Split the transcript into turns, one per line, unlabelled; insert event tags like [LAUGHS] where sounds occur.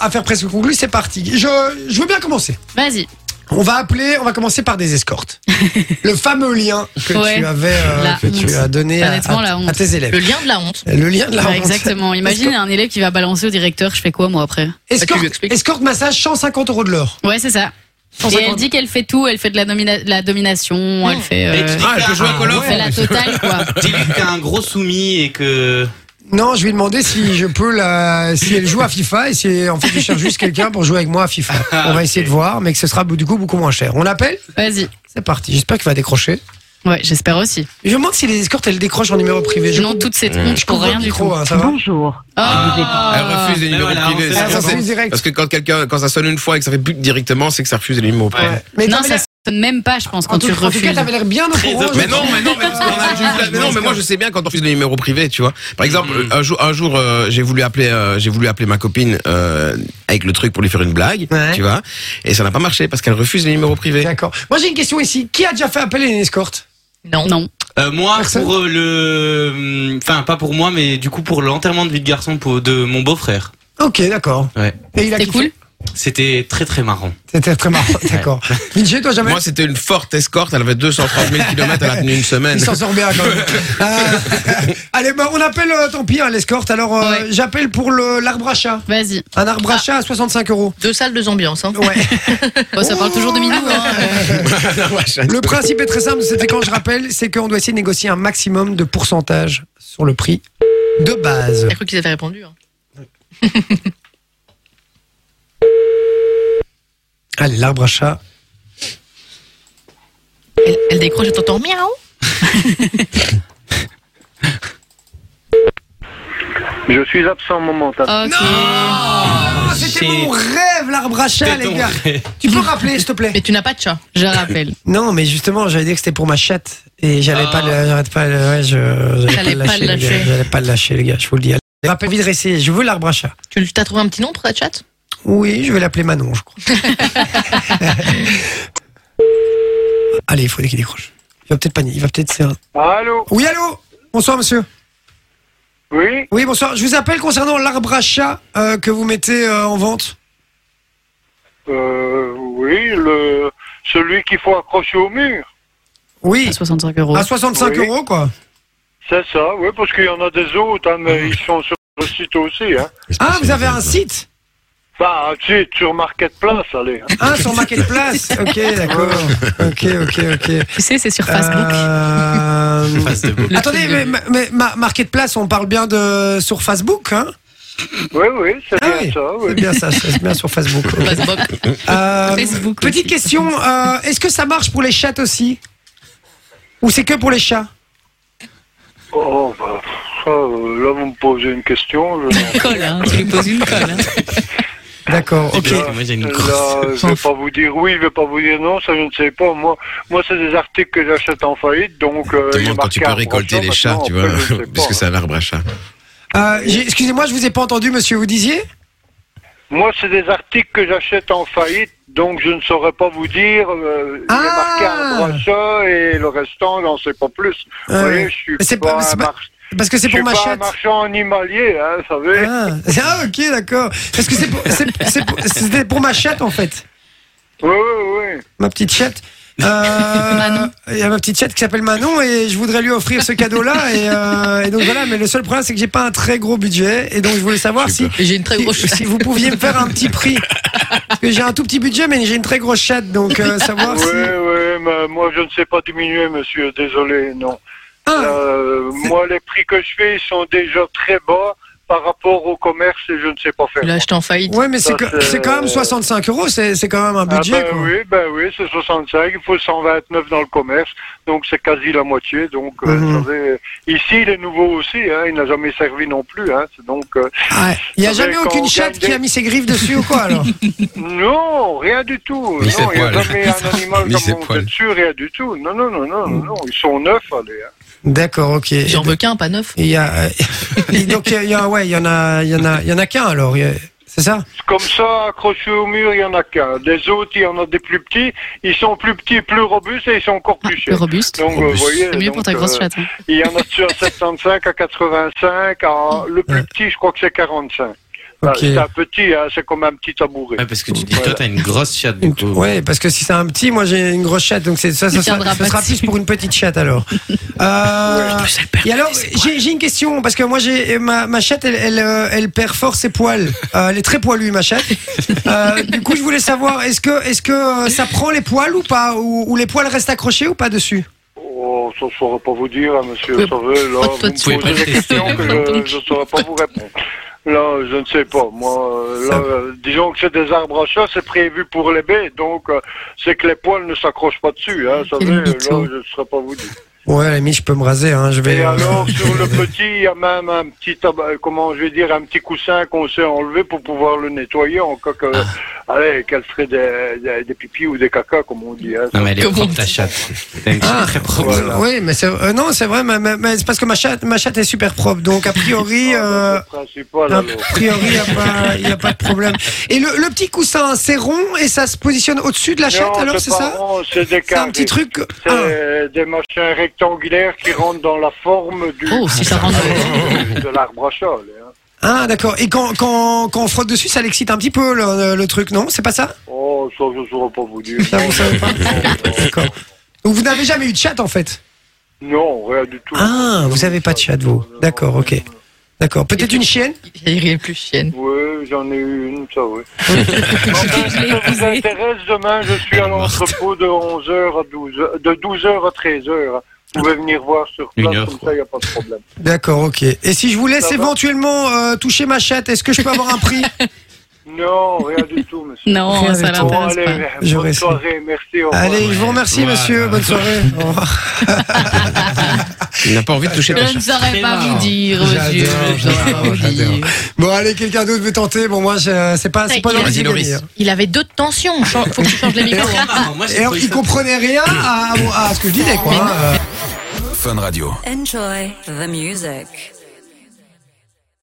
affaire presque conclue, c'est parti. Je, je veux bien commencer. [LAUGHS]
Vas-y.
On va appeler, on va commencer par des escortes.
[LAUGHS]
le fameux lien que
Ouais.
tu avais, euh,
La
que tu
honte.
as donné à,
Honnêtement,
à-
la honte.
à tes
Le
élèves.
lien de la honte.
Le lien de la
Ouais,
honte.
exactement. Imagine un élève qui va balancer au directeur, je fais quoi moi après
Bah,
[LAUGHS]
tu
Escorte,
lui expliques.
escorte massage 150 euros de l'heure.
Ouais, c'est ça. Et
150.
elle dit qu'elle fait tout, elle fait de la, nomina- de la domination, elle fait, euh,
Ah, elle peut jouer à Call of
elle fait
[LAUGHS]
la totale quoi.
Dis-lui que t'es un gros soumis et que.
Non, je lui ai demandé si je peux la, si elle joue à FIFA et si en fait je cherche juste quelqu'un pour jouer avec moi à FIFA.
Ah,
On va
ok.
essayer de voir, mais que ce sera du coup beaucoup moins cher. On l'appelle
Vas-y.
C'est parti. J'espère qu'il va décrocher.
Ouais, j'espère aussi.
Je me demande si les escortes elles décrochent en numéro privé. Je
Sinon, toute cette honte
je
pour
coupe
rien
le
du
micro,
tout.
hein, ça va
Ah.
Elle refuse les
Mais
numéros
voilà,
privés.
on fait
c'est
Ah, ça
pour ça.
sonne direct.
Parce que quand quelqu'un, quand ça sonne une fois et que ça fait plus directement, c'est que ça refuse les numéros privés.
Ouais.
Mais
Non,
t'avais
ça
l'air-
sonne même pas, je pense,
en
quand
tout,
tu
en tout cas,
refuses.
t'avais l'air bien au courant.
open.
Mais non, mais non, mais, parce qu'on a juste la- mais non, mais moi je sais bien quand on fait des numéros privés, tu vois. Par exemple, un jour, un jour, euh, j'ai voulu appeler, euh, j'ai voulu appeler ma copine euh, avec le truc pour lui faire une blague,
Ouais.
tu vois, et ça n'a pas marché parce qu'elle refuse les numéros privés.
D'accord. Moi, j'ai une question ici. Qui a déjà fait appel à une escorte
Non.
Non.
Euh, moi,
Personne
pour euh, le. euh, Enfin, pas pour moi, mais du coup, pour l'enterrement de vie de garçon pour- de mon beau-frère.
Ok, d'accord.
Ouais.
Et il a
C'était
kiffé.
cool
C'était très très marrant.
C'était très marrant. [LAUGHS] D'accord. Vinci, toi jamais
Moi, c'était une forte escorte. Elle avait 230 000 km. Elle a tenu une semaine.
Il s'en sort bien quand [LAUGHS] même. Euh, allez, bah, on appelle, euh, tant pis, hein, l'escorte. Alors, euh,
Ouais. Ah.
j'appelle pour le- l'arbre à chat.
Vas-y.
Un arbre à chat à 65 euros.
Deux salles, deux ambiances. Hein.
Ouais.
[LAUGHS] Bon, ça parle toujours de minou. Hein.
[LAUGHS]
[LAUGHS]
Le principe est très simple de cette séquence, je rappelle, c'est qu'on doit essayer de négocier un maximum de pourcentage sur le prix de base.
J'ai cru qu'ils avaient répondu. hein.
Allez, l'arbre à chat.
Elle, elle décroche et t'entends miaou.
Je suis absent momentanément.
Ok.
Ah, C'était
shit.
mon rêve, l'arbre à chat, les
C'était ton
gars.
[LAUGHS] rêve.
Tu peux rappeler, s'il te plaît
Mais tu n'as pas de chat.
[LAUGHS]
Je rappelle.
Non, mais justement, j'avais dit que c'était pour ma chatte. Et j'allais
Ah.
pas le, j'arrête pas le, ouais, je, j'allais
T'allais
pas,
pas
le lâcher, les
le
gars.
lâcher.
J'allais pas le lâcher, les gars, je vous le dis. Allez, Rappelle vite réessayer, je veux l'arbre à chat.
Tu t'as trouvé un petit nom pour ta chat
Oui, je vais l'appeler Manon, je crois. [LAUGHS] Allez, il faut qu'il décroche. Il va peut-être paniquer, il va peut-être se-
Allô
Oui, allô Bonsoir, monsieur.
Oui
Oui, bonsoir. Je vous appelle concernant l'arbre à chat euh, que vous mettez euh, en vente.
euh, Oui, le, celui qu'il faut accrocher au mur.
Oui,
À 65 euros.
à 65
Oui.
euros, quoi.
C'est ça, oui, parce qu'il y en a des autres, hein, mais ils sont sur le site aussi. Hein.
Ah, vous avez un site
Bah, tu sais, sur Marketplace, allez. hein.
Ah, sur Marketplace Ok, d'accord. Ok, ok, ok.
Tu sais, c'est sur Facebook.
Euh...
Facebook.
Attendez, mais, mais ma- Marketplace, on parle bien de sur Facebook, hein
Oui, oui, c'est
Ah
bien
oui.
ça, oui.
C'est bien ça,
[LAUGHS]
c'est bien sur Facebook.
[LAUGHS] Facebook.
Euh,
Facebook
petite
aussi.
question, euh, est-ce que ça marche pour les chattes aussi Ou c'est que pour les chats
Oh, bah, pff, ça, euh, là, vous me posez une question. Je...
Colle, hein. Tu lui poses une colle. hein.
D'accord, ok.
Parce que Moi, j'ai une grosse.
Là, je vais pas vous dire oui, je vais pas vous dire non, ça je ne sais pas. Moi, moi c'est des articles que j'achète en faillite, donc. Euh,
Te
il est
demande quand
marqué
tu peux
arbre à
récolter
chat,
les chats,
maintenant,
tu
après,
vois,
je ne sais
[LAUGHS] parce
pas,
que c'est
hein.
un arbre à chat.
Euh, j'ai- Excusez-moi, je vous ai pas entendu, monsieur, vous disiez
Moi, c'est des articles que j'achète en faillite, donc je ne saurais pas vous dire. Euh, Il
Ah.
est marqué arbre à chat et le restant, j'en sais pas plus.
Ah
vous voyez,
oui.
je suis
Mais c'est pas-
pas,
mais c'est
un
pas-
mar-
Parce que
je
c'est
suis
pour ma
pas un
chatte.
marchand animalier, hein, vous savez.
Ah, [LAUGHS] ah, ok, d'accord. Parce que c'est pour- c'est- c'est pour- c'était pour ma chatte en fait.
Oui, oui, oui.
ma petite chatte.
[LAUGHS]
Euh, Il y a ma petite chatte qui s'appelle Manon et je voudrais lui offrir ce cadeau-là. Et, euh, et donc voilà, mais le seul problème c'est que j'ai pas un très gros budget et donc je voulais savoir si,
J'ai une très
si,
grosse chatte.
si vous pouviez me faire un petit
[LAUGHS]
prix. Parce que j'ai un tout petit budget mais j'ai une très grosse chatte donc
[LAUGHS]
euh, savoir
Oui,
si.
oui, mais moi je ne sais pas diminuer, monsieur, désolé, non.
Ah,
Euh, moi, les prix que je fais, ils sont déjà très bas par rapport au commerce et je ne sais pas faire.
Tu l'as acheté en faillite.
ouais, mais c'est
ça,
que-
c'est- euh,
c'est quand même 65 euros, c'est c'est quand même un
Ah
budget
ben
quoi.
oui, ben oui, c'est 65, il faut 129 dans le commerce, donc c'est quasi la moitié. Donc, euh,
Mhm.
vous savez, ici, il est nouveau aussi, hein, il n'a jamais servi non plus. Hein, c'est donc, euh,
Ah, Il y a
Ça fait
jamais
quand on
aucune
gagne
chatte qui
des-
a mis ses griffes dessus ou quoi
[LAUGHS]
alors
non, rien du tout.
Ni ses
non, il n'y a
poils.
jamais un animal
Ni ses
comme on
poils.
fait dessus, rien du tout. Non, non, non, non, non, non, ils sont neufs, allez. hein.
D'accord, ok.
J'en veux qu'un, pas neuf.
Il y a, [LAUGHS] euh, et donc il y a- il y a- ouais, il y en a, il y en a, il y en a qu'un alors. il y a- C'est ça
Comme ça, accrochés au mur, il n'y en a qu'un. Des autres, il y en a des plus petits, ils sont plus petits, plus robustes et ils sont encore plus
Le
chers.
robuste.
Donc, euh, vous
Robuste.
voyez,
C'est mieux
donc,
pour ta grosse
euh,
chatte. hein.
Il y en a de 75 à 85, à- le plus petit, je crois que c'est 45. Ah,
Ok.
C'est un petit, hein, c'est comme un petit tabouret.
Ouais, parce que tu dis, toi, t'as une grosse chatte, du
Une-
coup.
Ouais, parce que si c'est un petit, moi j'ai une grosse chatte, donc c'est ça,
Il
ça, sera-
tiendra
ce
pas
sera
dessus.
plus pour une petite chatte
[LAUGHS]
alors. Euh, et alors, j'ai j'ai une question parce que moi j'ai ma, ma chatte, elle, elle, euh, elle perd fort ses poils. Euh, elle est très poilue ma chatte. Euh, du coup, je voulais savoir, est-ce que est-ce que euh, ça prend les poils ou pas, ou, ou les poils restent accrochés ou pas dessus
Oh, ça ne saurais pas vous dire, hein, monsieur
Oui,
Sauveux. Là,
pas
vous
de
me posez
souci.
des questions que je ne saurais pas vous répondre. Là, je ne sais pas. Moi, euh, là,
Ça-
euh, disons que c'est des arbres à chat, c'est prévu pour les baies, donc euh, c'est que les poils ne s'accrochent pas dessus. Hein, vous
Quel
savez, là,
mytho.
je ne saurais pas vous dire.
Ouais, à la limite, je peux me raser. Hein, je vais.
Et
euh, [LAUGHS]
alors, sur le petit, il y a même un petit, tab- euh, comment je vais dire, un petit coussin qu'on s'est enlevé pour pouvoir le nettoyer en cas que,
Ah.
allez, qu'elle ferait des, des, des pipis ou des cacas, comme on dit. Hein,
Non, mais elle est
Comment
propre,
on
ta
dit
chatte. T'as une chatte
Ah.
très propre.
Voilà.
Oui, mais c'est euh, non, c'est vrai, mais, mais- mais c'est parce que ma chatte, ma chatte est super propre, donc a priori. euh,
Ah, Le principal,
A
alors.
priori, il n'y a, pas de problème. Et le, le petit coussin, c'est rond et ça se positionne au-dessus de la chatte,
Non,
alors c'est
pas
ça
rond, C'est des
C'est un
carrés.
petit truc.
C'est
ah.
des machins rectangulaires qui rentrent dans la forme du,
Oh, si ça rentre.
de l'arbre à châle. hein.
Ah, d'accord. Et quand, quand, quand on frotte dessus, ça l'excite un petit peu le, le truc, non C'est pas ça
Oh, ça, je ne saurais pas vous dire.
Ça, Ah, vous savez pas
Non,
D'accord. Donc vous n'avez jamais eu de chatte en fait
Non, rien du tout.
Ah, vous avez pas de chatte, vous. D'accord, ok. D'accord. Peut-être une chienne
Il rien plus chienne.
Oui, j'en ai eu une, ça
[LAUGHS]
oui. Enfin, si ça vous intéresse, demain je suis à l'entrepôt de 11h à 12h, de 12h à 13h. Vous pouvez venir voir sur
Une
place,
heure,
comme
quoi.
ça il n'y a pas de problème.
D'accord, ok. Et si je vous laisse
Ça va.
éventuellement euh, toucher ma chatte, est-ce que je peux avoir un
[LAUGHS]
prix
Non, rien du tout, monsieur.
Non,
Rien
ça
du tout.
Bon,
l'intéresse
allez,
pas.
Je
bonne
reste.
soirée, merci. au revoir.
Allez, je vous remercie,
Voilà.
monsieur. Bonne soirée. Au revoir.
Il n'a pas envie de toucher ta
Je ne
chatte.
saurais pas vous dire,
J'adore,
monsieur. Je ne saurais pas vous
j'adore.
dire.
Bon, allez, quelqu'un d'autre veut tenter. Bon, moi, je- c'est pas, c'est pas
Vas-y,
dans les idées,
Loris.
hein.
Il avait deux de tension. Faut que tu [LAUGHS] changes les micros.
Ah, moi, j'ai
Et alors,
trouvé
il
ça-
comprenait rien euh. à, à- à ce que je disais, quoi. hein.
Enjoy the music.